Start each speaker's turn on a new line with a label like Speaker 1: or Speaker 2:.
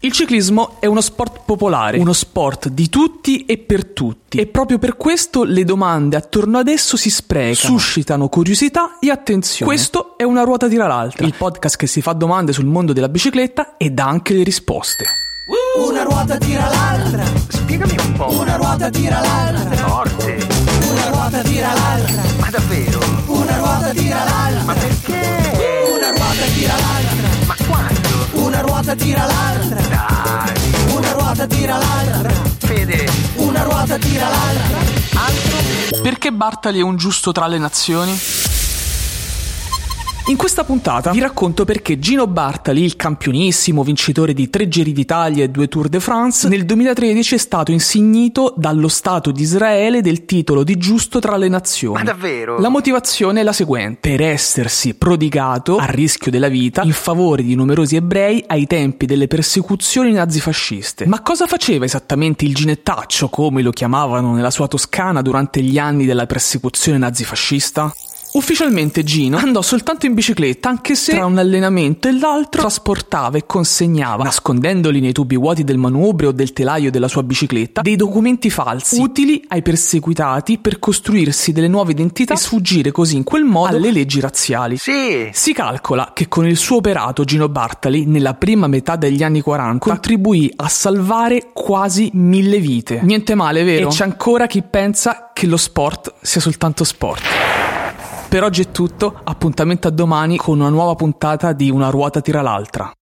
Speaker 1: Il ciclismo è uno sport popolare, uno sport di tutti e per tutti e proprio per questo le domande attorno ad esso si sprecano, suscitano curiosità e attenzione. Questo è Una ruota tira l'altra, il podcast che si fa domande sul mondo della bicicletta e dà anche le risposte.
Speaker 2: Una ruota tira l'altra.
Speaker 3: Spiegami un po'.
Speaker 2: Una ruota tira l'altra.
Speaker 3: Forte.
Speaker 2: Una ruota tira l'altra.
Speaker 3: Ma davvero?
Speaker 2: Una ruota tira l'altra.
Speaker 3: Ma perché?
Speaker 2: Una ruota tira l'altra.
Speaker 3: Ma quando?
Speaker 2: Una ruota tira l'altra.
Speaker 3: Dai.
Speaker 2: Una ruota tira l'altra.
Speaker 3: Fede.
Speaker 2: Una ruota tira l'altra.
Speaker 1: Perché Bartali è un giusto tra le nazioni? In questa puntata vi racconto perché Gino Bartali, il campionissimo vincitore di tre Giri d'Italia e due Tour de France, nel 2013 è stato insignito dallo Stato di Israele del titolo di giusto tra le nazioni.
Speaker 3: Ma davvero?
Speaker 1: La motivazione è la seguente: per essersi prodigato a rischio della vita in favore di numerosi ebrei ai tempi delle persecuzioni nazifasciste. Ma cosa faceva esattamente il ginettaccio, come lo chiamavano nella sua Toscana durante gli anni della persecuzione nazifascista? Ufficialmente Gino andò soltanto in bicicletta, anche se tra un allenamento e l'altro trasportava e consegnava, nascondendoli nei tubi vuoti del manubrio o del telaio della sua bicicletta, dei documenti falsi utili ai perseguitati per costruirsi delle nuove identità e sfuggire così in quel modo alle leggi razziali.
Speaker 3: Sì.
Speaker 1: Si calcola che con il suo operato Gino Bartali, nella prima metà degli anni 40, contribuì a salvare quasi mille vite. Niente male, vero? E c'è ancora chi pensa che lo sport sia soltanto sport. Per oggi è tutto, appuntamento a domani con una nuova puntata di Una ruota tira l'altra.